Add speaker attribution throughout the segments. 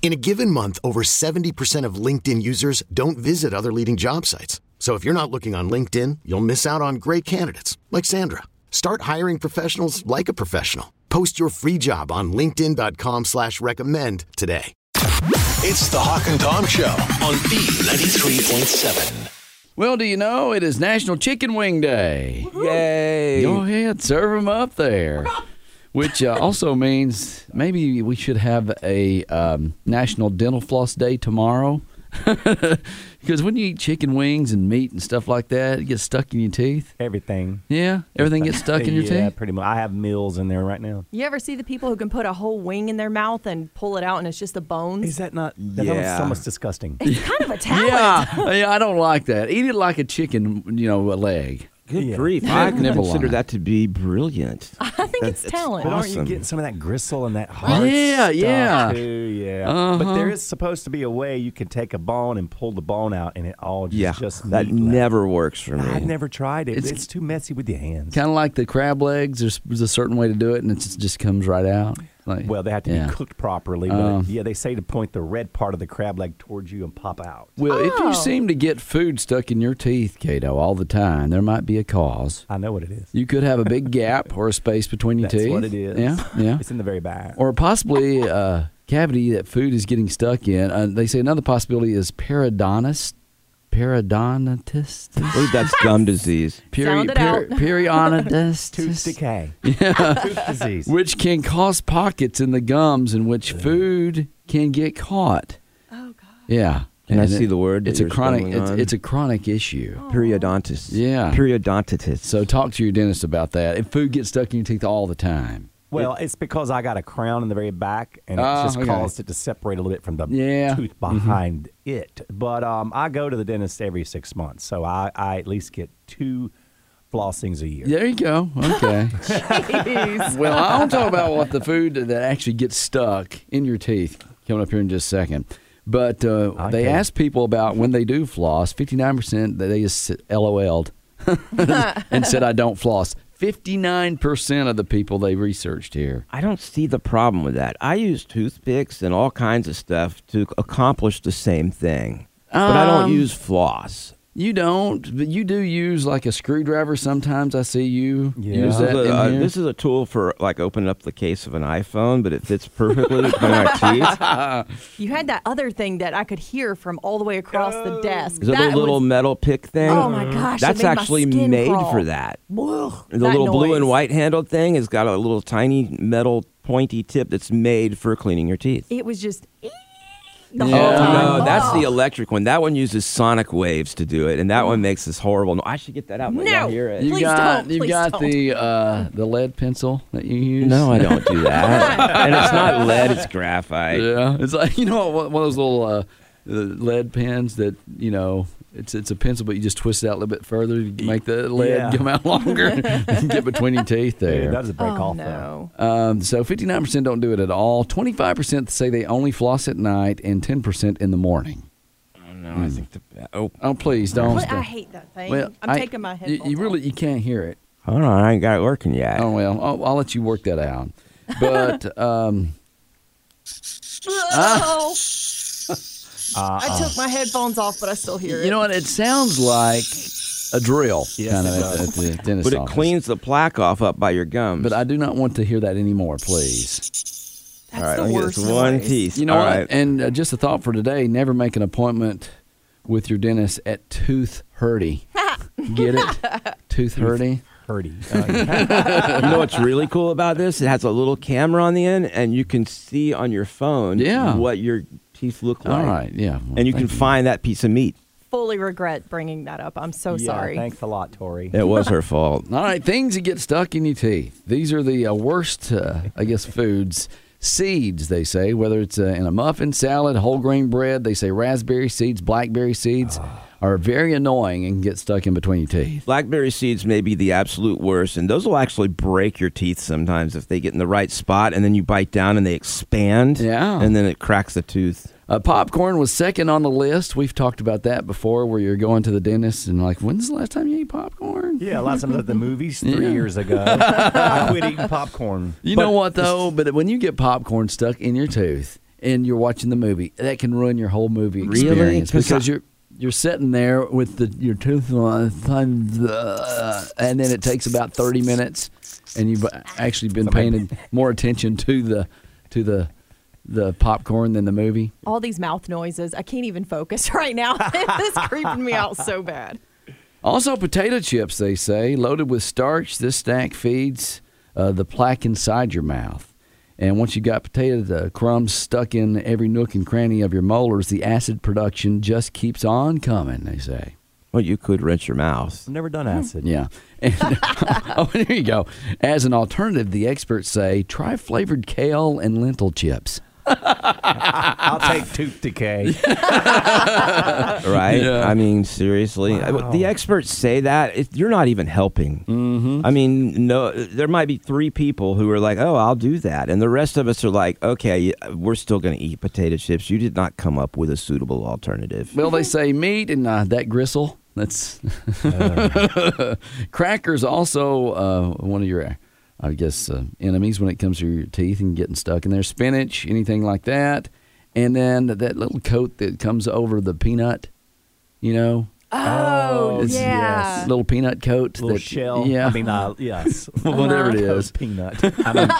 Speaker 1: In a given month, over 70% of LinkedIn users don't visit other leading job sites. So if you're not looking on LinkedIn, you'll miss out on great candidates like Sandra. Start hiring professionals like a professional. Post your free job on LinkedIn.com slash recommend today.
Speaker 2: It's the Hawk and Tom Show on B93.7.
Speaker 3: Well, do you know it is National Chicken Wing Day?
Speaker 4: Yay.
Speaker 3: Go ahead, serve them up there. Which uh, also means maybe we should have a um, National Dental Floss Day tomorrow. Because when you eat chicken wings and meat and stuff like that, it gets stuck in your teeth.
Speaker 4: Everything.
Speaker 3: Yeah, everything gets stuck in your
Speaker 4: Yeah,
Speaker 3: teeth.
Speaker 4: pretty much. I have meals in there right now.
Speaker 5: You ever see the people who can put a whole wing in their mouth and pull it out and it's just the bones?
Speaker 4: Is that not? That yeah.
Speaker 3: Yeah.
Speaker 4: almost, almost disgusting.
Speaker 5: It's kind of a talent.
Speaker 3: Yeah, yeah, I don't like that. Eat it like a chicken, you know, a leg.
Speaker 6: Good
Speaker 4: Yeah.
Speaker 6: grief!
Speaker 3: I
Speaker 6: I
Speaker 3: could never
Speaker 6: consider
Speaker 3: lie.
Speaker 6: that to be brilliant.
Speaker 5: I think it's talent.
Speaker 4: But aren't you
Speaker 6: Awesome.
Speaker 4: getting some of that gristle and that hard
Speaker 3: Yeah,
Speaker 4: stuff
Speaker 3: yeah. Uh-huh.
Speaker 4: too? Yeah. But there is supposed to be a way you can take a bone and pull the bone out, and it all just
Speaker 6: Yeah,
Speaker 4: just
Speaker 6: that
Speaker 4: meat left.
Speaker 6: never works for me.
Speaker 4: I've never tried it.
Speaker 3: It's-
Speaker 4: It's, too messy with your hands.
Speaker 3: Kind of like the crab legs. There's, there's a certain way to do it, and it just- just comes right out. Like,
Speaker 4: Well, they have to
Speaker 3: yeah.
Speaker 4: be cooked properly. But
Speaker 3: Um,
Speaker 4: yeah, they say to point the red part of the crab leg towards you and pop out.
Speaker 3: Well, if you
Speaker 5: Oh.
Speaker 3: seem to get food stuck in your teeth, Cato, all the time, there might be a cause.
Speaker 4: I know what it is.
Speaker 3: You could have a big gap or a space between your
Speaker 4: That's
Speaker 3: teeth.
Speaker 4: what it is.
Speaker 3: Yeah, yeah.
Speaker 4: It's in the very back.
Speaker 3: Or possibly a cavity that food is getting stuck in. Uh, they say another possibility is periodontis, periodontitis,
Speaker 6: I believe that's gum disease.
Speaker 5: Sound it out.
Speaker 4: tooth
Speaker 3: periodontitis,
Speaker 4: decay. tooth disease.
Speaker 3: which can cause pockets in the gums in which food can get caught.
Speaker 5: Oh, God.
Speaker 3: Yeah.
Speaker 6: Can I
Speaker 3: And
Speaker 6: see the word that
Speaker 3: It's a
Speaker 6: you're
Speaker 3: chronic.
Speaker 6: stumbling
Speaker 3: It's,
Speaker 6: on?
Speaker 3: it's a chronic issue.
Speaker 6: Periodontitis.
Speaker 3: Yeah.
Speaker 6: Periodontitis.
Speaker 3: So talk to your dentist about that. If food gets stuck in your teeth all the time.
Speaker 4: Well, it's because I got a crown in the very back, and it
Speaker 3: Ah,
Speaker 4: just
Speaker 3: okay.
Speaker 4: caused it to separate a little bit from the
Speaker 3: Yeah. Mm-hmm.
Speaker 4: tooth behind it. But um, I go to the dentist every six months, so I, I at least get two flossings a year.
Speaker 3: There you go. Okay.
Speaker 5: Jeez.
Speaker 3: well, I don't talk about what the food that actually gets stuck in your teeth coming up here in just a second. But uh, they
Speaker 4: Okay.
Speaker 3: asked people about when they do floss. Fifty-nine percent they just LOL'd and said, "I don't floss." Fifty-nine percent of the people they researched here.
Speaker 6: I don't see the problem with that. I use toothpicks and all kinds of stuff to accomplish the same thing, but I
Speaker 3: Um,
Speaker 6: don't use floss.
Speaker 3: You don't, but you do use like a screwdriver sometimes. I see you use
Speaker 4: Yeah.
Speaker 3: that.
Speaker 6: This is
Speaker 3: in
Speaker 6: a- uh,
Speaker 3: here.
Speaker 6: this is a tool for like opening up the case of an iPhone, but it fits perfectly between our teeth.
Speaker 5: You had that other thing that I could hear from all the way across the desk.
Speaker 6: Is it
Speaker 5: That
Speaker 6: a little
Speaker 5: was-
Speaker 6: metal pick thing?
Speaker 5: Oh, my gosh, it
Speaker 6: That's
Speaker 5: made my
Speaker 6: actually
Speaker 5: skin
Speaker 6: made
Speaker 5: crawl.
Speaker 6: for that. The
Speaker 5: That
Speaker 6: little blue and
Speaker 5: noise.
Speaker 6: white handled thing has got a little tiny metal pointy tip that's made for cleaning your teeth.
Speaker 5: It was just e- the whole
Speaker 3: Yeah.
Speaker 5: time.
Speaker 6: No, that's the
Speaker 5: Oh.
Speaker 6: electric one. That one uses sonic waves to do it, and that one makes this horrible. No, I should get that out. and let y'all
Speaker 5: No.
Speaker 6: hear it.
Speaker 3: You
Speaker 5: Please
Speaker 3: got
Speaker 5: don't,
Speaker 3: you
Speaker 5: please
Speaker 3: got
Speaker 5: don't.
Speaker 3: the uh, the lead pencil that you use.
Speaker 6: No, I don't do that. and it's not lead; it's graphite.
Speaker 3: Yeah, it's like you know one of those little uh, the lead pens that you know it's it's a pencil, but you just twist it out a little bit further to make the lead
Speaker 4: Yeah.
Speaker 3: come out longer and get between your teeth
Speaker 4: Dude,
Speaker 3: there.
Speaker 4: that does break
Speaker 5: Oh,
Speaker 4: off.
Speaker 5: no.
Speaker 3: Um, so fifty nine percent don't do it at all. Twenty five percent say they only floss at night, and ten percent in the morning.
Speaker 6: No, I think the. Oh,
Speaker 3: Oh, please don't.
Speaker 5: What- I hate that thing. I'm
Speaker 3: I-
Speaker 5: taking my
Speaker 3: you-
Speaker 5: headphones
Speaker 3: You really
Speaker 5: off.
Speaker 3: you can't hear it.
Speaker 6: hold on, I ain't got it working yet.
Speaker 3: Oh well, I'll, I'll let you work that out. But um,
Speaker 5: Oh,
Speaker 4: though. Uh,
Speaker 5: I took my headphones off, but I still hear it.
Speaker 3: you know what? It sounds like a drill, kind of at, the- at the dentist
Speaker 6: but it
Speaker 3: office.
Speaker 6: cleans the plaque off up by your gums.
Speaker 3: But I do not want to hear that anymore, please.
Speaker 5: That's
Speaker 6: all right,
Speaker 5: the
Speaker 6: let me get
Speaker 5: worst
Speaker 6: this one
Speaker 5: noise.
Speaker 6: piece.
Speaker 3: You know
Speaker 6: All
Speaker 3: what?
Speaker 6: right.
Speaker 3: And uh, just a thought for today: never make an appointment with your dentist at tooth hurdy. Get it? tooth hurdy.
Speaker 4: Purdy. Uh,
Speaker 6: you know what's really cool about this? It has a little camera on the end, and you can see on your phone
Speaker 3: Yeah.
Speaker 6: what your teeth look like.
Speaker 3: All right, yeah. Well,
Speaker 6: and you can
Speaker 3: thank
Speaker 6: find that piece of meat.
Speaker 5: Fully regret bringing that up. I'm so
Speaker 4: yeah,
Speaker 5: sorry.
Speaker 4: Thanks a lot, Tori.
Speaker 6: It was her fault.
Speaker 3: All right, things that get stuck in your teeth. These are the uh, worst, uh, I guess, foods. Seeds, they say, whether it's uh, in a muffin, salad, whole grain bread, they say raspberry seeds, blackberry seeds
Speaker 6: Ah.
Speaker 3: are very annoying and get stuck in between your teeth.
Speaker 6: Blackberry seeds may be the absolute worst, and those will actually break your teeth sometimes if they get in the right spot, and then you bite down and they expand.
Speaker 3: Yeah.
Speaker 6: And then it cracks the tooth.
Speaker 3: Uh, popcorn was second on the list. We've talked about that before, where you're going to the dentist and like, when's the last time you ate popcorn?
Speaker 4: Yeah, last time I was at the movies three years ago, I quit eating popcorn.
Speaker 3: You know what though? But when you get popcorn stuck in your tooth and you're watching the movie, that can ruin your whole movie
Speaker 6: Really?
Speaker 3: experience
Speaker 6: 'Cause
Speaker 3: because
Speaker 6: I-
Speaker 3: you're you're sitting there with the your tooth on, uh, and then it takes about thirty minutes, and you've actually been paying more attention to the to the the popcorn than the movie.
Speaker 5: All these mouth noises. I can't even focus right now. this is creeping me out so bad.
Speaker 3: Also, potato chips, they say, loaded with starch. This snack feeds uh, the plaque inside your mouth. And once you've got potato uh, crumbs stuck in every nook and cranny of your molars, the acid production just keeps on coming, they say.
Speaker 6: Well, you could rinse your mouth.
Speaker 4: I've never done acid.
Speaker 3: Yeah. And, oh, there you go. As an alternative, the experts say try flavored kale and lentil chips.
Speaker 4: I'll take tooth decay.
Speaker 6: Right?
Speaker 3: Yeah.
Speaker 6: I mean, seriously. I- The experts say that it, you're not even helping. Mm-hmm. I mean, no, there might be three people who are like, oh, I'll do that. And the rest of us are like, okay, we're still going to eat potato chips. You did not come up with a suitable alternative.
Speaker 3: Well, they say meat and uh, that gristle. That's crackers. Also, uh, one of your, I guess, uh, enemies when it comes to your teeth and getting stuck in there. Spinach, anything like that, and then that little coat that comes over the peanut. You know,
Speaker 5: Oh,
Speaker 3: It's-
Speaker 6: Uh,
Speaker 5: yeah.
Speaker 3: little peanut coat.
Speaker 4: Little
Speaker 3: that,
Speaker 4: shell.
Speaker 3: Yeah.
Speaker 4: I mean, uh, yes.
Speaker 3: Whatever it is.
Speaker 4: Peanut. I mean,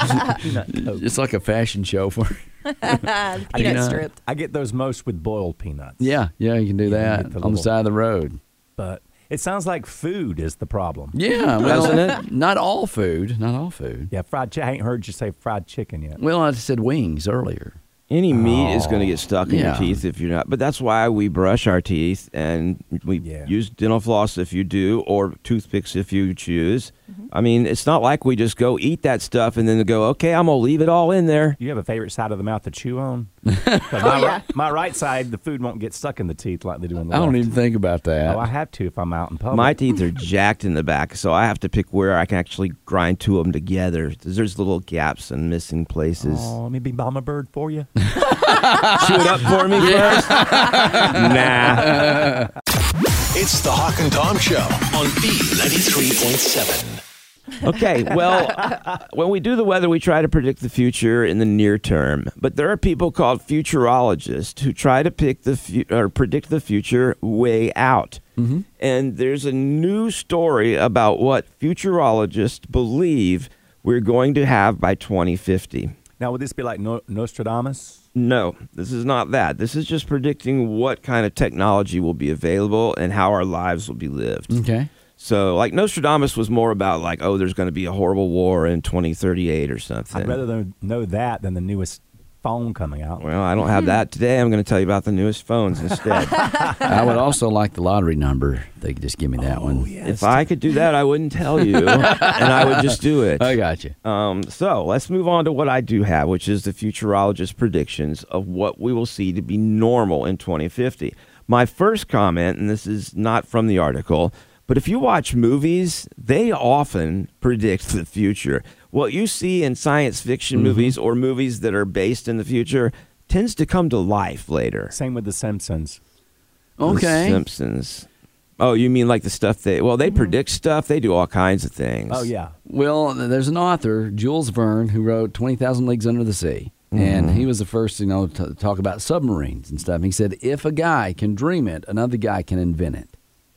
Speaker 4: peanut coat.
Speaker 3: it's like a fashion show for.
Speaker 5: Ah, the
Speaker 4: I
Speaker 5: peanut
Speaker 4: get-
Speaker 5: stripped.
Speaker 4: I get those most with boiled peanuts.
Speaker 3: Yeah, yeah, you can do that on the
Speaker 4: get the little-
Speaker 3: side of the road.
Speaker 4: But it sounds like food is the problem.
Speaker 3: Yeah, well,
Speaker 6: Doesn't it?
Speaker 3: not all food, not all food.
Speaker 4: Yeah, fried chicken. I ain't heard you say fried chicken yet.
Speaker 3: Well, I said wings earlier.
Speaker 6: Any meat is going to get stuck in
Speaker 3: Yeah.
Speaker 6: your teeth if you're not. But that's why we brush our teeth and we
Speaker 4: Yeah.
Speaker 6: use dental floss if you do, or toothpicks if you choose. I mean, it's not like we just go eat that stuff and then go, okay, I'm going to leave it all in there.
Speaker 4: Do you have a favorite side of the mouth to chew on? 'Cause my,
Speaker 5: yeah.
Speaker 4: my right side, the food won't get stuck in the teeth like they do on the
Speaker 3: I don't
Speaker 4: left.
Speaker 3: even think about that.
Speaker 4: Oh, I have to if I'm out in public.
Speaker 6: My teeth are jacked in the back, so I have to pick where I can actually grind two of them together. 'cause There's little gaps and missing places.
Speaker 4: Oh, let me be bomb a bird for you.
Speaker 6: Chew it up for me first. nah.
Speaker 2: It's the Hawk and Tom Show on B93.7.
Speaker 6: Okay, well, when we do the weather, we try to predict the future in the near term. But there are people called futurologists who try to pick the fu- or predict the future way out. And there's a new story about what futurologists believe we're going to have by 2050.
Speaker 4: Now, would this be like no- Nostradamus?
Speaker 6: No, this is not that. This is just predicting what kind of technology will be available and how our lives will be lived.
Speaker 4: Mm.
Speaker 3: Okay.
Speaker 6: So, like Nostradamus was more about like, oh, there's going to be a horrible war in 2038 or something.
Speaker 4: I'd rather than know that than the newest phone coming out.
Speaker 6: well, I don't have that today. I'm going to tell you about the newest phones instead.
Speaker 3: I would also like the lottery number. They could just give me
Speaker 6: Oh,
Speaker 3: that one.
Speaker 6: if I could do that, I wouldn't tell you, and I would just do it.
Speaker 3: I got you.
Speaker 6: Um, so let's move on to what I do have, which is the futurologist predictions of what we will see to be normal in 2050. My first comment, and this is not from the article, but if you watch movies, they often predict the future. What you see in science fiction
Speaker 4: Mm-hmm.
Speaker 6: movies or movies that are based in the future tends to come to life later.
Speaker 4: Same with The Simpsons.
Speaker 6: The
Speaker 3: Okay.
Speaker 6: Simpsons. Oh, you mean like the stuff they, well, they predict stuff, they do all kinds of things.
Speaker 4: Mm-hmm. Oh, yeah.
Speaker 3: Well, there's an author, Jules Verne, who wrote 20,000 Leagues Under the Sea. And
Speaker 6: Mm-hmm.
Speaker 3: he was the first, you know, to talk about submarines and stuff. He said, if a guy can dream it, another guy can invent it.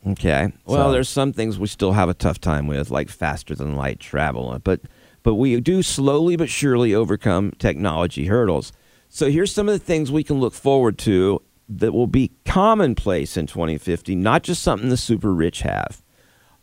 Speaker 6: Okay. Well,
Speaker 3: So-
Speaker 6: there's some things we still have a tough time with, like faster than light travel, but but we do slowly but surely overcome technology hurdles. So here's some of the things we can look forward to that will be commonplace in 2050, not just something the super rich have.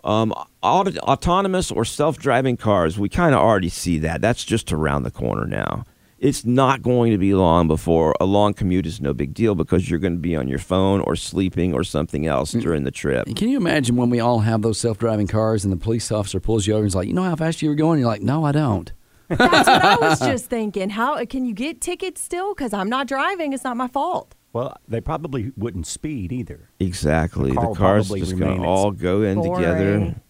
Speaker 6: Um, aut- autonomous or self driving cars, we kind of already see that. That's just around the corner now. It's not going to be long before a long commute is no big deal because you're going to be on your phone or sleeping or something else during the trip.
Speaker 3: Can you imagine when we all have those self-driving cars and the police officer pulls you over and is like, "You know how fast you were going?" you're like, "No, I don't."
Speaker 5: That's what I was just thinking. How can you get tickets still? Because I'm not driving. It's not my fault.
Speaker 4: Well, they probably wouldn't speed either.
Speaker 6: Exactly.
Speaker 4: The car
Speaker 6: The,
Speaker 4: will
Speaker 6: car's
Speaker 4: probably
Speaker 6: just going
Speaker 4: remain
Speaker 6: to all go in together.
Speaker 5: Boring.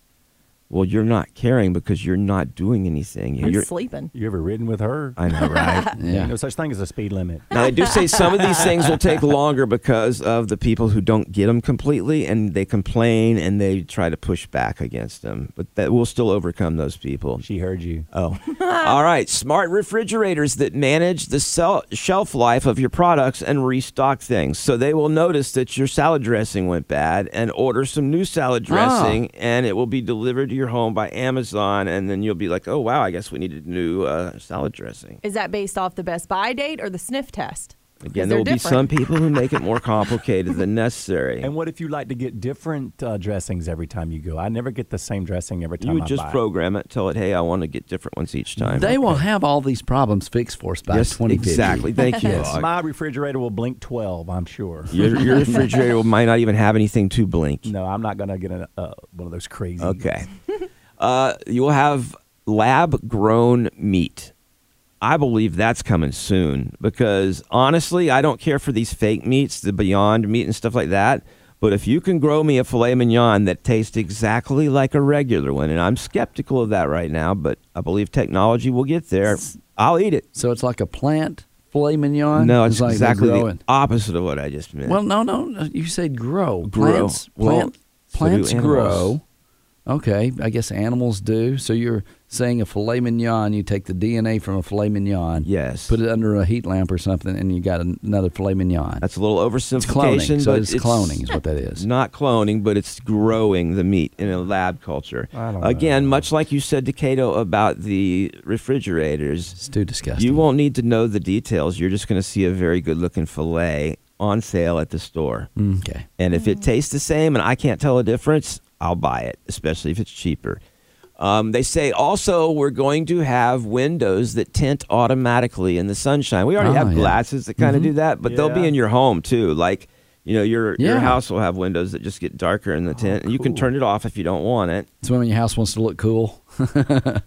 Speaker 6: Well, you're not caring because you're not doing anything.
Speaker 5: I'm
Speaker 6: You're,
Speaker 5: sleeping.
Speaker 4: You ever ridden with her?
Speaker 6: I know, right?
Speaker 3: Yeah.
Speaker 4: No such thing as a speed limit.
Speaker 6: Now they do say some of these things will take longer because of the people who don't get them completely, and they complain and they try to push back against them. But that will still overcome those people.
Speaker 4: She heard you.
Speaker 6: Oh, all right. Smart refrigerators that manage the sel- shelf life of your products and restock things, so they will notice that your salad dressing went bad and order some new salad
Speaker 5: Ah.
Speaker 6: dressing, and it will be delivered to your home by Amazon, and then you'll be like, "Oh wow, I guess we needed new uh, salad dressing."
Speaker 5: Is that based off the Best Buy date or the sniff test? 'Cause
Speaker 6: Again,
Speaker 5: they're
Speaker 6: there will be some
Speaker 5: different.
Speaker 6: people who make it more complicated than necessary.
Speaker 4: And what if you like to get different uh, dressings every time you go? I never get the same dressing every time
Speaker 6: you would
Speaker 4: I
Speaker 6: just
Speaker 4: buy.
Speaker 6: program it, tell it, hey, I want to get different ones each time.
Speaker 3: They will have all these problems fixed for us by
Speaker 6: yes,
Speaker 3: 2050.
Speaker 6: exactly. Thank you.
Speaker 4: Yes,
Speaker 6: Hawk.
Speaker 4: my refrigerator will blink 12, I'm sure.
Speaker 6: your, your refrigerator might not even have anything to blink.
Speaker 4: No, I'm not going to get a, uh, one of those crazy.
Speaker 6: Okay. uh, you will have lab grown meat. I believe that's coming soon because honestly, I don't care for these fake meats, the Beyond meat and stuff like that. But if you can grow me a filet mignon that tastes exactly like a regular one, and I'm skeptical of that right now, but I believe technology will get there, I'll eat it.
Speaker 3: So it's like a plant filet mignon.
Speaker 6: No, it's
Speaker 3: like they're
Speaker 6: exactly
Speaker 3: growing.
Speaker 6: the opposite of what I just meant.
Speaker 3: Well, no, no, no. You said grow.
Speaker 6: Grow.
Speaker 3: Plants,
Speaker 6: Well,
Speaker 3: plant,
Speaker 6: so do
Speaker 3: plants
Speaker 6: animals.
Speaker 3: grow. Okay, I guess animals do. So you're saying a filet mignon, you take the DNA from a filet mignon,
Speaker 6: yes.
Speaker 3: put it under a heat lamp or something, and you got an- another filet mignon.
Speaker 6: That's a little
Speaker 3: it's
Speaker 6: oversimplification,
Speaker 3: cloning. So
Speaker 6: but
Speaker 3: it's, cloning is what that is.
Speaker 6: Not cloning, but it's growing the meat in a lab culture.
Speaker 4: I don't
Speaker 6: Again, much like you said to Cato about the refrigerators,
Speaker 3: It's too disgusting.
Speaker 6: you won't need to know the details. You're just going to see a very good looking filet on sale at the store.
Speaker 3: Mm, Okay.
Speaker 6: And if
Speaker 3: Mm-hmm.
Speaker 6: it tastes the same and I can't tell a difference, I'll buy it, especially if it's cheaper. Um, they say also we're going to have windows that tint automatically in the sunshine. We already
Speaker 3: Ah,
Speaker 6: have
Speaker 3: yeah. Mm-hmm.
Speaker 6: glasses that kind of do that, but they'll be
Speaker 4: Yeah.
Speaker 6: in your home too. Like, you know, your your
Speaker 3: Yeah.
Speaker 6: house will have windows that just get darker in the tint, and you can turn it off if you don't want it.
Speaker 3: It's when your house wants to look cool.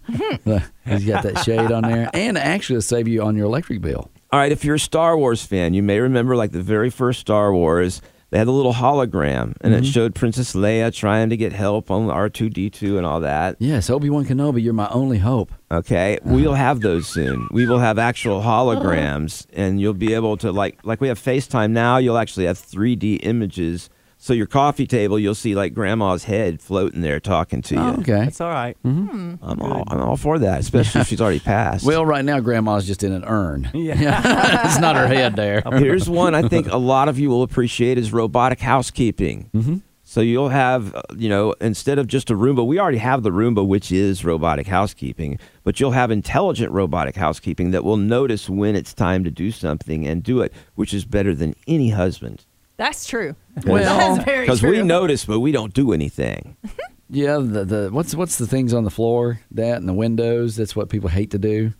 Speaker 3: He's got that shade on there, and actually it'll save you on your electric bill.
Speaker 6: All right, if you're a Star Wars fan, you may remember like the very first Star Wars, they had a little hologram,
Speaker 3: Mm-hmm.
Speaker 6: and it showed Princess Leia trying to get help on R2D2 and all that.
Speaker 3: Yes, Obi Wan Kenobi, you're my only hope.
Speaker 6: Okay, we'll have those soon. We will have actual holograms, and you'll be able to like like we have FaceTime now. You'll actually have 3D images. So your coffee table, you'll see like Grandma's head floating there talking to you.
Speaker 3: Oh, okay.
Speaker 4: That's all right.
Speaker 6: Mm-hmm. I'm all I'm all for that, especially if she's already passed.
Speaker 3: Well, right now, Grandma's just in an urn.
Speaker 4: Yeah.
Speaker 3: it's not her head there.
Speaker 6: Here's one I think a lot of you will appreciate is robotic housekeeping. Mm-hmm. So you'll have, uh, you know, instead of just a Roomba, we already have the Roomba, which is robotic housekeeping, but you'll have intelligent robotic housekeeping that will notice when it's time to do something and do it, which is better than any husband.
Speaker 5: That's true.
Speaker 3: Well,
Speaker 5: that is very
Speaker 6: Because
Speaker 5: true.
Speaker 6: we notice, but we don't do anything.
Speaker 3: Yeah, the, the what's what's the things on the floor, that and the windows. That's what people hate to do.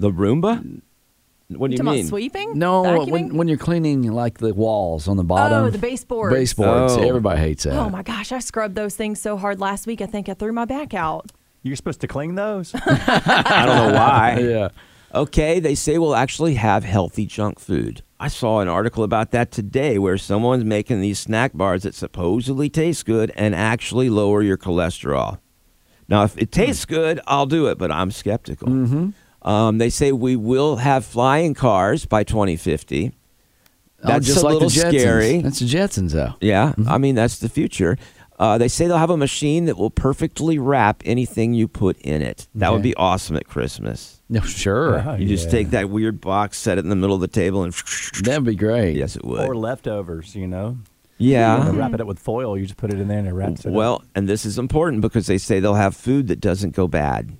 Speaker 6: The Roomba? What do you
Speaker 5: Talking about
Speaker 6: mean?
Speaker 5: sweeping?
Speaker 3: No,
Speaker 5: Vacuuming? Oh,
Speaker 3: when, when you're cleaning like the walls on the bottom.
Speaker 5: the baseboards.
Speaker 3: Baseboards.
Speaker 6: Oh.
Speaker 3: Everybody hates that.
Speaker 5: oh my gosh, I scrubbed those things so hard last week. I think I threw my back out.
Speaker 4: You're supposed to clean those?
Speaker 6: I don't know why.
Speaker 3: Yeah.
Speaker 6: Okay, they say we'll actually have healthy junk food. I saw an article about that today where someone's making these snack bars that supposedly taste good and actually lower your cholesterol. Now, if it tastes good, I'll do it, but I'm skeptical. Um, they say we will have flying cars by 2050.
Speaker 3: Oh,
Speaker 6: That's
Speaker 3: just
Speaker 6: a
Speaker 3: like
Speaker 6: little
Speaker 3: the Jetsons.
Speaker 6: scary.
Speaker 3: That's the Jetsons, though.
Speaker 6: Yeah, I mean that's the future. Uh, they say they'll have a machine that will perfectly wrap anything you put in it. That would
Speaker 3: Okay. Oh,
Speaker 6: be awesome at Christmas.
Speaker 3: No, sure.
Speaker 6: You just take that weird box, set it in the middle of the table, and
Speaker 3: That'd be great.
Speaker 6: yes, it would.
Speaker 4: or leftovers, you know?
Speaker 6: yeah.
Speaker 4: They Wrap it up with foil. You just put it in there and it wraps it up.
Speaker 6: Well, and this is important because they say they'll have food that doesn't go bad.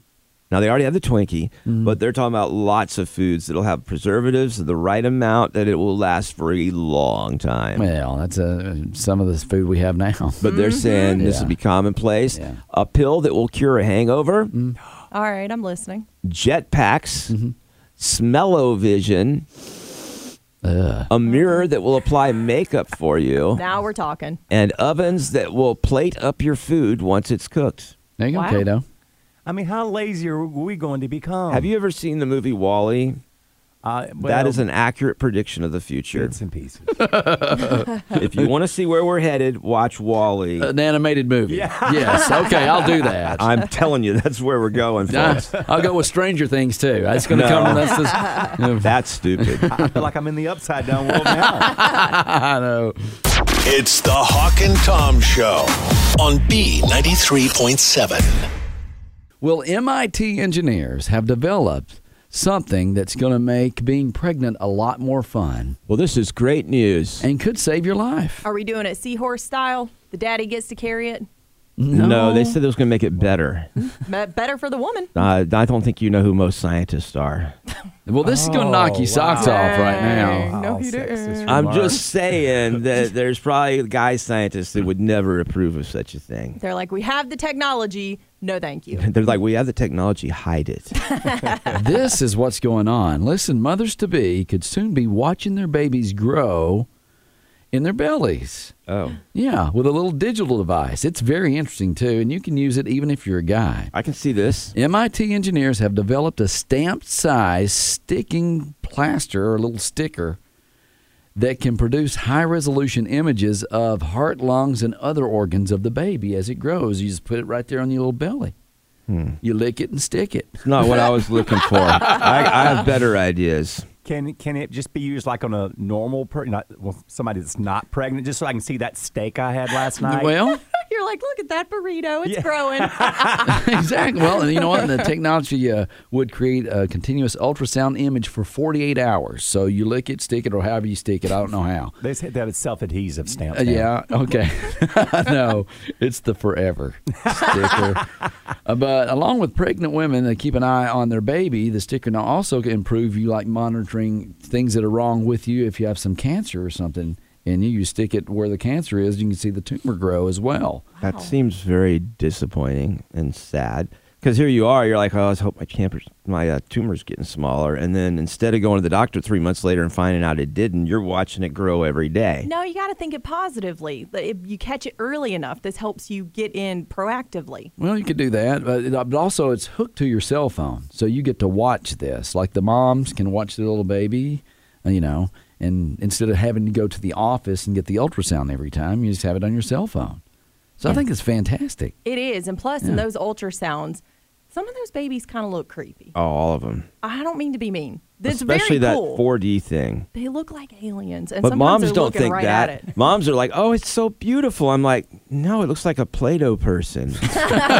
Speaker 6: Now they already have the Twinkie,
Speaker 4: Mm-hmm.
Speaker 6: but they're talking about lots of foods that'll have preservatives of the right amount that it will last for a long time.
Speaker 3: Well, that's uh, some of the food we have now.
Speaker 6: But they're saying this
Speaker 3: Yeah.
Speaker 6: would be commonplace.
Speaker 3: Yeah.
Speaker 6: A pill that will cure a hangover,
Speaker 4: Mm-hmm.
Speaker 5: All right, I'm listening.
Speaker 6: jet packs, smell-o-vision, a mirror that will apply makeup for you,
Speaker 5: Now we're talking.
Speaker 6: and ovens that will plate up your food once it's cooked.
Speaker 3: There you go,
Speaker 5: Wow.
Speaker 3: Kato.
Speaker 4: I mean, how lazy are we going to become?
Speaker 6: Have you ever seen the movie Wally?
Speaker 4: Uh,
Speaker 6: that is an accurate prediction of the future.
Speaker 4: bits and pieces.
Speaker 6: if you want to see where we're headed, watch Wally.
Speaker 3: An animated movie. Yes. Okay, I'll do that.
Speaker 6: I'm telling you, that's where we're going,
Speaker 3: Uh,
Speaker 6: folks.
Speaker 3: I'll go with Stranger Things too. That's going to
Speaker 6: No.
Speaker 3: come. That's just,
Speaker 6: That's stupid.
Speaker 4: I feel like I'm in the upside down world now.
Speaker 3: I know.
Speaker 2: It's the Hawk and Tom Show on B93.7.
Speaker 3: Well, MIT engineers have developed something that's going to make being pregnant a lot more fun
Speaker 6: Well, this is great news.
Speaker 3: and could save your life.
Speaker 5: Are we doing it seahorse style? The daddy gets to carry it.
Speaker 6: No, they said it was going to make it better.
Speaker 5: Me- Better for the woman.
Speaker 6: Uh, I don't think you know who most scientists are.
Speaker 3: Well, this is going to knock your socks off right now.
Speaker 5: No,
Speaker 4: All
Speaker 5: you
Speaker 4: sexist
Speaker 5: didn't.
Speaker 6: I'm
Speaker 4: remarks.
Speaker 6: just saying that there's probably guy scientists that would never approve of such a thing.
Speaker 5: They're like, we have the technology. No, thank you.
Speaker 6: They're like, we have the technology, hide it.
Speaker 3: this is what's going on. Listen, mothers to be could soon be watching their babies grow in their bellies.
Speaker 6: Oh,
Speaker 3: Yeah, with a little digital device. It's very interesting too, and you can use it even if you're a guy.
Speaker 6: I can see this.
Speaker 3: MIT engineers have developed a stamped size sticking plaster or little sticker that can produce high resolution images of heart, lungs, and other organs of the baby as it grows. You just put it right there on your little belly. You lick it and stick it.
Speaker 6: It's not what I was looking for. I, I have better ideas.
Speaker 4: Can can it just be used like on a normal per, not well somebody that's not pregnant, just so I can see that steak I had last night?
Speaker 3: well,
Speaker 5: You're like, look at that burrito. It's
Speaker 4: Yeah.
Speaker 5: growing.
Speaker 3: exactly. Well, and you know what? The technology uh, would create a continuous ultrasound image for 48 hours. So you lick it, stick it, or however you stick it. I don't know how.
Speaker 4: they said that it's self-adhesive stamp.
Speaker 3: Uh,
Speaker 4: now.
Speaker 3: yeah. Okay. no, it's the forever sticker. Uh, but along with pregnant women that keep an eye on their baby, the sticker now also can improve you like monitoring things that are wrong with you if you have some cancer or something. And you, you stick it where the cancer is, you can see the tumor grow as well.
Speaker 6: That seems very disappointing and sad. Because here you are, you're like, oh, I just hope my camper's, my uh, tumor's getting smaller. And then instead of going to the doctor three months later and finding out it didn't, you're watching it grow every day.
Speaker 5: no, you got to think it positively. But If you catch it early enough, this helps you get in proactively.
Speaker 3: Well, you could do that, but, it, but also it's hooked to your cell phone, so you get to watch this. Like the moms can watch their little baby, uh, you know, and instead of having to go to the office and get the ultrasound every time, you just have it on your cell phone. So I think it's fantastic.
Speaker 5: It is. And plus, in those ultrasounds, some of those babies kind of look creepy.
Speaker 6: Oh, all of them.
Speaker 5: I don't mean to be mean. It's
Speaker 6: Especially
Speaker 5: very
Speaker 6: that
Speaker 5: cool.
Speaker 6: 4D thing.
Speaker 5: they look like aliens, and
Speaker 6: But
Speaker 5: sometimes
Speaker 6: moms
Speaker 5: they're
Speaker 6: don't
Speaker 5: looking
Speaker 6: think
Speaker 5: right
Speaker 6: that.
Speaker 5: at it.
Speaker 6: Moms are like, oh, it's so beautiful. I'm like, no, it looks like a Play Doh person.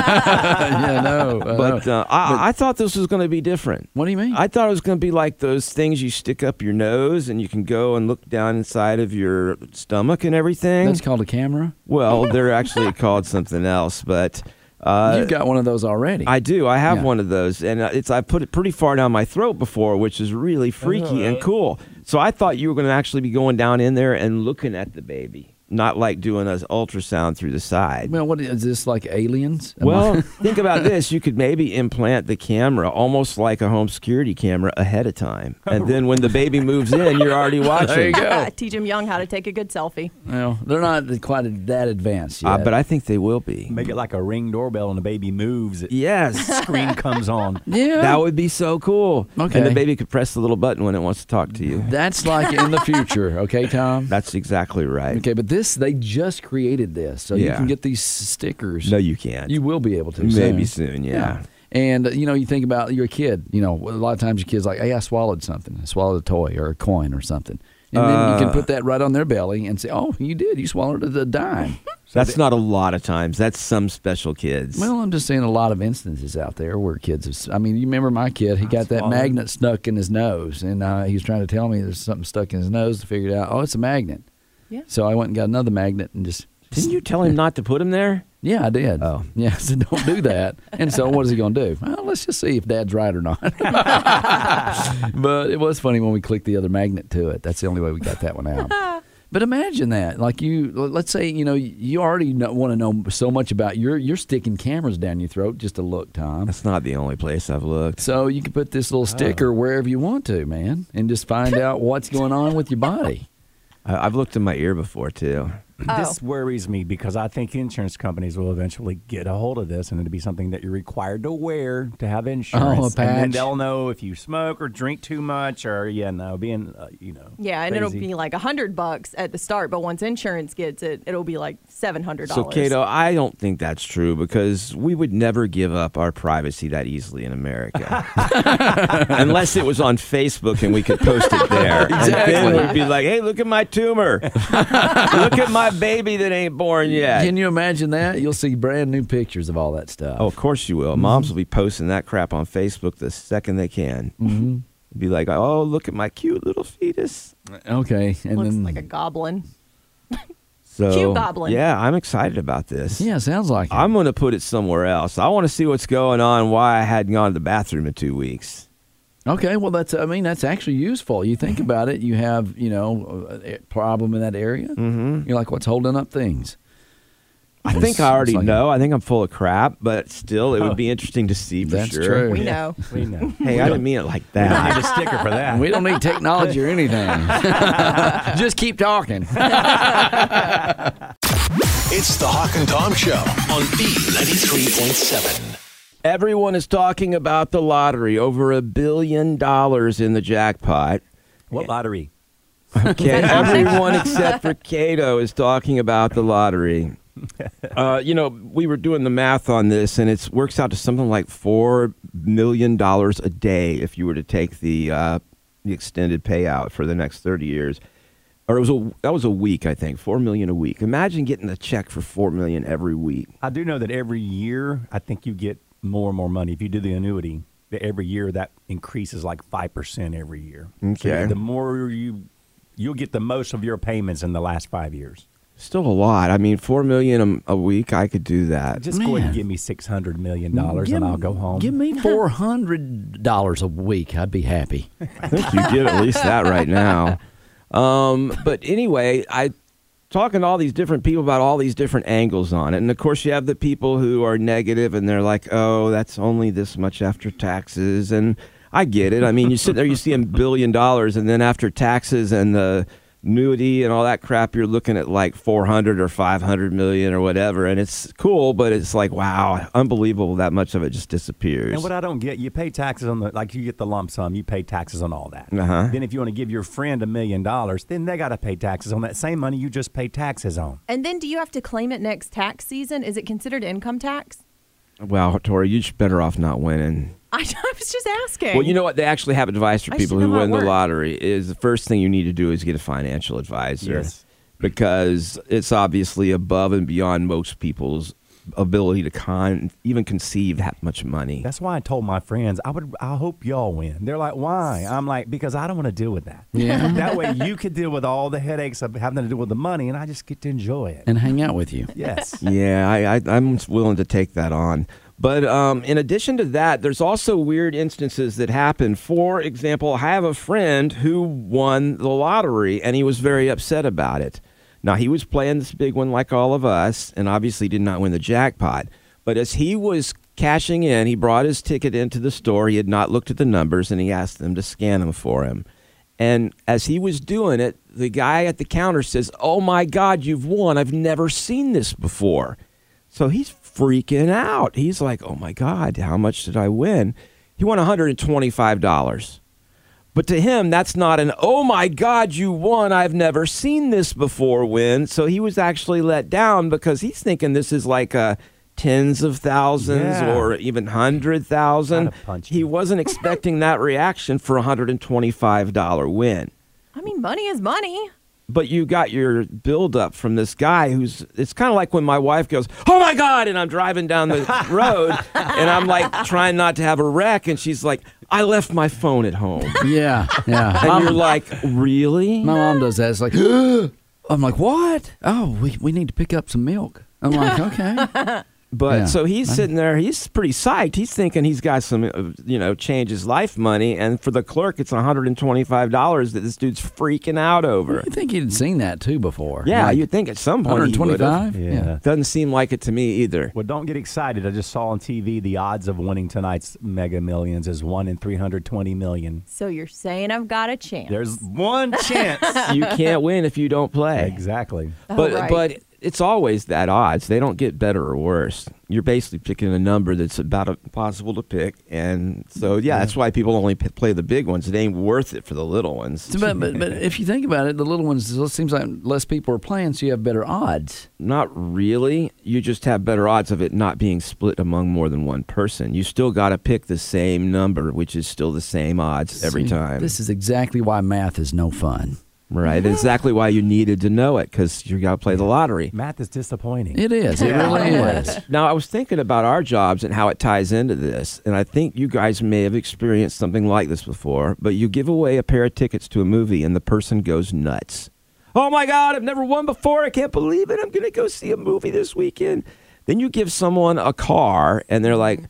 Speaker 3: yeah, no. uh,
Speaker 6: but uh, I, I thought this was going to be different.
Speaker 3: what do you mean?
Speaker 6: I thought it was going to be like those things you stick up your nose and you can go and look down inside of your stomach and everything.
Speaker 3: That's called a camera.
Speaker 6: Well, they're actually called something else, but uh,
Speaker 3: You've got one of those already.
Speaker 6: I do. I have
Speaker 3: Yeah.
Speaker 6: one of those, and uh, it's I put it pretty far down my throat before, which is really freaky and cool. So I thought you were going to actually be going down in there and looking at the baby, not like doing an ultrasound through the side.
Speaker 3: well, what is this like aliens? Am I-
Speaker 6: Well, think about this. You could maybe implant the camera almost like a home security camera ahead of time. And then when the baby moves in, you're already watching.
Speaker 3: there you go.
Speaker 5: Ah, Teach them young how to take a good selfie.
Speaker 3: well, they're not quite that advanced yet.
Speaker 6: Uh, but I think they will be.
Speaker 4: Make it like a ring doorbell and the baby moves. It
Speaker 6: Yes.
Speaker 4: Screen comes on.
Speaker 3: yeah,
Speaker 6: That would be so cool.
Speaker 3: Okay.
Speaker 6: And the baby could press the little button when it wants to talk to you.
Speaker 3: that's like in the future. Okay, Tom.
Speaker 6: That's exactly right.
Speaker 3: Okay, but this they just created this, so you
Speaker 6: Yeah.
Speaker 3: can get these stickers.
Speaker 6: No, you can't.
Speaker 3: you will be able to
Speaker 6: Maybe soon, yeah.
Speaker 3: And uh, you know, you think about your kid. You know, a lot of times your kid's like, "Hey, I swallowed something. I swallowed a toy or a coin or something." And then
Speaker 6: Uh.
Speaker 3: you can put that right on their belly and say, "Oh, you did. You swallowed a dime."
Speaker 6: That's not a lot of times. That's some special kids.
Speaker 3: well, I'm just seeing a lot of instances out there where kids. Have, s- I mean, you remember my kid? He got that magnet stuck in his nose, and uh, he was trying to tell me there's something stuck in his nose. To figure it out, oh, it's a magnet.
Speaker 5: Yeah.
Speaker 3: So I went and got another magnet and just
Speaker 6: didn't you tell him not to put him there?
Speaker 3: Yeah, I did.
Speaker 4: Oh.
Speaker 3: yeah. So don't do that. And so, what is he going to do? Well, let's just see if Dad's right or not. but it was funny when we clicked the other magnet to it. That's the only way we got that one out. But imagine that, like you, let's say you know you already know, want to know so much about you're you're sticking cameras down your throat just to look, Tom.
Speaker 6: That's not the only place I've looked.
Speaker 3: So you can put this little sticker wherever you want to, man, and just find out what's going on with your body.
Speaker 6: I- I've looked in my ear before too.
Speaker 3: Oh.
Speaker 5: oh.
Speaker 4: This worries me because I think insurance companies will eventually get a hold of this, and it'll be something that you're required to wear to have insurance. And then
Speaker 3: Oh, patch.
Speaker 4: they'll know if you smoke or drink too much, or yeah, no, being uh, you know.
Speaker 5: Yeah, and it'll
Speaker 4: crazy.
Speaker 5: be like a hundred bucks at the start, but once insurance gets it, it'll be like seven hundred
Speaker 6: So,
Speaker 5: dollars.
Speaker 6: Cato, I don't think that's true because we would never give up our privacy that easily in America. Unless it was on Facebook and we could post it there. And
Speaker 3: Exactly.
Speaker 6: then we'd be like, hey, look at my tumor. look at my baby that ain't born yet.
Speaker 3: Can you imagine that? You'll see brand new pictures of all that stuff.
Speaker 6: oh, of course you will. Moms will be posting that crap on Facebook the second they can. Be like, oh, look at my cute little fetus.
Speaker 3: okay, and
Speaker 5: looks
Speaker 3: then
Speaker 5: like a goblin.
Speaker 6: So,
Speaker 5: Cute goblin.
Speaker 6: Yeah, I'm excited about this.
Speaker 3: yeah, sounds like it.
Speaker 6: I'm going to put it somewhere else. I want to see what's going on, why I hadn't gone to the bathroom in two weeks.
Speaker 3: Okay, well, that's I mean that's actually useful. You think about it, you have you know a problem in that area. Mm-hmm. You're like, what's holding up things?
Speaker 6: I
Speaker 3: It's-
Speaker 6: think I already
Speaker 3: it's like-
Speaker 6: know. I think I'm full of crap, but still, it would be interesting to see for
Speaker 3: That's
Speaker 6: sure.
Speaker 3: true.
Speaker 5: We know.
Speaker 4: We know.
Speaker 6: Hey, I didn't mean it like that.
Speaker 4: Need a sticker for that.
Speaker 3: We don't need technology or anything. Just keep talking.
Speaker 2: It's the Hawk and Tom Show on B93.7.
Speaker 6: Everyone is talking about the lottery, over a billion dollars in the jackpot.
Speaker 4: What lottery?
Speaker 6: Okay, everyone except for Cato is talking about the lottery. Uh, you know, we were doing the math on this, and it works out to something like four million dollars a day if you were to take the uh, the extended payout for the next thirty years. Or it was a that was a week, I think, four million a week. Imagine getting a check for four million every week.
Speaker 4: I do know that every year, I think you get more and more money. If you do the annuity, that every year that increases like 5% every year. So
Speaker 6: Okay.
Speaker 4: the more you, you'll get the most of your payments in the last five years.
Speaker 6: Still a lot. I mean, four million a, a week, I could do that.
Speaker 4: Just go ahead
Speaker 3: Man.
Speaker 4: and give me $600 million and I'll go home.
Speaker 3: Give me four hundred dollars a week. I'd be happy.
Speaker 6: I think you get at least that right now. Um, but anyway, I talking to all these different people about all these different angles on it, and of course you have the people who are negative and they're like, "Oh, that's only this much after taxes," and I get it. I mean, you sit there, you see a billion dollars, and then after taxes and the annuity and all that crap, you're looking at like 400 or 500 million or whatever, and it's cool, but it's like, wow, unbelievable that much of it just disappears.
Speaker 4: And what I don't get, you pay taxes on the like you get the lump sum, you pay taxes on all that.
Speaker 6: Uh-huh.
Speaker 4: Then if you want to give your friend a million dollars, then they got to pay taxes on that same money you just paid taxes on.
Speaker 5: And then do you have to claim it next tax season? Is it considered income tax?
Speaker 6: wow, Tori, you're just better off not winning.
Speaker 5: I, I was just asking.
Speaker 6: Well, you know what? They actually have advice for
Speaker 5: I
Speaker 6: people
Speaker 5: should
Speaker 6: who
Speaker 5: know how it
Speaker 6: win the
Speaker 5: works.
Speaker 6: lottery. Is the first thing you need to do is get a financial advisor.
Speaker 4: Yes.
Speaker 6: Because it's obviously above and beyond most people's ability to con even conceive that much money.
Speaker 4: That's why I told my friends I would. I hope y'all win. They're like, why? I'm like, because I don't want to deal with that.
Speaker 3: Yeah.
Speaker 4: that way you could deal with all the headaches of having to deal with the money, and I just get to enjoy it.
Speaker 3: And hang out with you.
Speaker 4: yes.
Speaker 6: yeah, I, I, I'm willing to take that on. But um, in addition to that, there's also weird instances that happen. For example, I have a friend who won the lottery and he was very upset about it. Now, he was playing this big one like all of us and obviously did not win the jackpot. But as he was cashing in, he brought his ticket into the store. He had not looked at the numbers and he asked them to scan them for him. And as he was doing it, the guy at the counter says, Oh my God, you've won. I've never seen this before. So he's freaking out. He's like, Oh my God, how much did I win? He won $125. But to him, that's not an, Oh my God, you won. I've never seen this before win. So he was actually let down because he's thinking this is like a tens of thousands
Speaker 4: Yeah.
Speaker 6: or even hundred thousand.
Speaker 4: Gotta punch
Speaker 6: He
Speaker 4: him.
Speaker 6: wasn't expecting that reaction for a hundred and twenty-five dollar win.
Speaker 5: I mean, money is money.
Speaker 6: But you got your build-up from this guy who's. It's kind of like when my wife goes, "Oh my god!" and I'm driving down the road and I'm like trying not to have a wreck, and she's like, "I left my phone at home,"
Speaker 3: Yeah, yeah.
Speaker 6: and you're like, "Really?"
Speaker 3: My mom does that. It's like I'm like, what? Oh, we we need to pick up some milk. I'm like, okay.
Speaker 6: But
Speaker 3: Yeah.
Speaker 6: so he's sitting there, he's pretty psyched. He's thinking he's got some, uh, you know, change his life money. And for the clerk, it's $125 that this dude's freaking out over.
Speaker 3: You think he'd seen that too before?
Speaker 6: Yeah,
Speaker 3: Like,
Speaker 6: you'd think at some point. he would've.
Speaker 3: 125?
Speaker 4: Yeah.
Speaker 6: Doesn't seem like it to me either.
Speaker 4: Well, don't get excited. I just saw on TV the odds of winning tonight's Mega Millions is one in 320 million.
Speaker 5: So you're saying I've got a chance.
Speaker 4: There's one chance.
Speaker 6: you can't win if you don't play.
Speaker 4: exactly.
Speaker 6: But
Speaker 5: right.
Speaker 6: but it's always that odds. They don't get better or worse. You're basically picking a number that's about impossible to pick, and so yeah, that's why people only p- play the big ones. It ain't worth it for the little ones.
Speaker 3: So, But, but, but if you think about it, the little ones, it seems like less people are playing, so you have better odds.
Speaker 6: Not really. You just have better odds of it not being split among more than one person. You still got to pick the same number, which is still the same odds every
Speaker 3: See,
Speaker 6: time.
Speaker 3: This is exactly why math is no fun.
Speaker 6: right.
Speaker 3: Mm-hmm.
Speaker 6: Exactly why you needed to know it because you got to play the lottery.
Speaker 4: Math is disappointing.
Speaker 3: It is. It really is.
Speaker 6: Now, I was thinking about our jobs and how it ties into this, and I think you guys may have experienced something like this before, but you give away a pair of tickets to a movie and the person goes nuts. Oh my God, I've never won before. I can't believe it. I'm going to go see a movie this weekend. Then you give someone a car and they're like,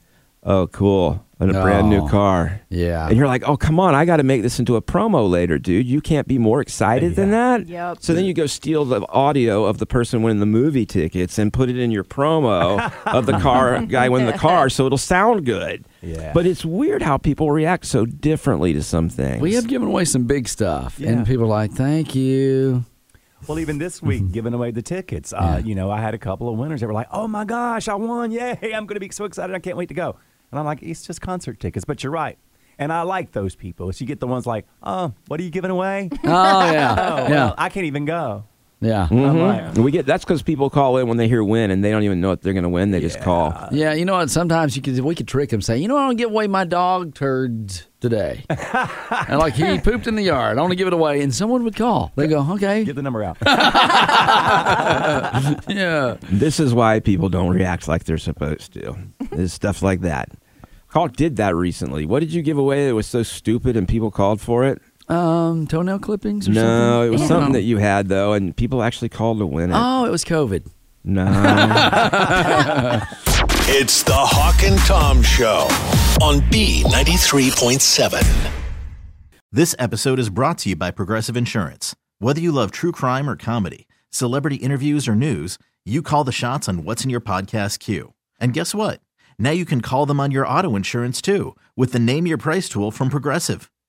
Speaker 6: oh, cool, a brand new
Speaker 3: Oh,
Speaker 6: car.
Speaker 3: yeah.
Speaker 6: And you're like, oh, come on, I got to make this into a promo later, dude. You can't be more excited than that.
Speaker 5: Yep.
Speaker 6: So then you go steal the audio of the person winning the movie tickets and put it in your promo of the car guy winning the car, so it'll sound good.
Speaker 4: Yeah.
Speaker 6: But it's weird how people react so differently to some things.
Speaker 3: We have given away some big stuff,
Speaker 4: Yeah.
Speaker 3: and people are like, thank you.
Speaker 4: Well, even this week, giving away the tickets, uh, you know, I had a couple of winners that were like, oh my gosh, I won. Yay. I'm going to be so excited. I can't wait to go. And I'm like, it's just concert tickets. But you're right. And I like those people. So you get the ones like, oh, what are you giving away?
Speaker 3: Oh, yeah.
Speaker 4: Oh,
Speaker 3: yeah.
Speaker 4: well, I can't even go.
Speaker 3: Yeah.
Speaker 4: I'm
Speaker 6: And we get that's because people call in when they hear win and they don't even know if they're going to win. They just call.
Speaker 3: Yeah, you know what? Sometimes you could we could trick him, say, you know, I don't give away my dog turds today, and like he pooped in the yard, I want to give it away, and someone would call. They go, okay,
Speaker 4: Get the number out.
Speaker 3: yeah,
Speaker 6: This is why people don't react like they're supposed to. There's stuff like that. Hawk did that recently. What did you give away that was so stupid and people called for it?
Speaker 3: um, toenail clippings or something.
Speaker 6: No, it was
Speaker 3: I don't
Speaker 6: something
Speaker 3: know.
Speaker 6: that you had though, and people actually called to win it.
Speaker 3: Oh, it was COVID.
Speaker 6: No,
Speaker 2: It's the Hawk and Tom Show on B93.7.
Speaker 7: This episode is brought to you by Progressive Insurance. Whether you love true crime or comedy, celebrity interviews or news, you call the shots on what's in your podcast queue. And guess what? Now you can call them on your auto insurance too with the Name Your Price tool from Progressive.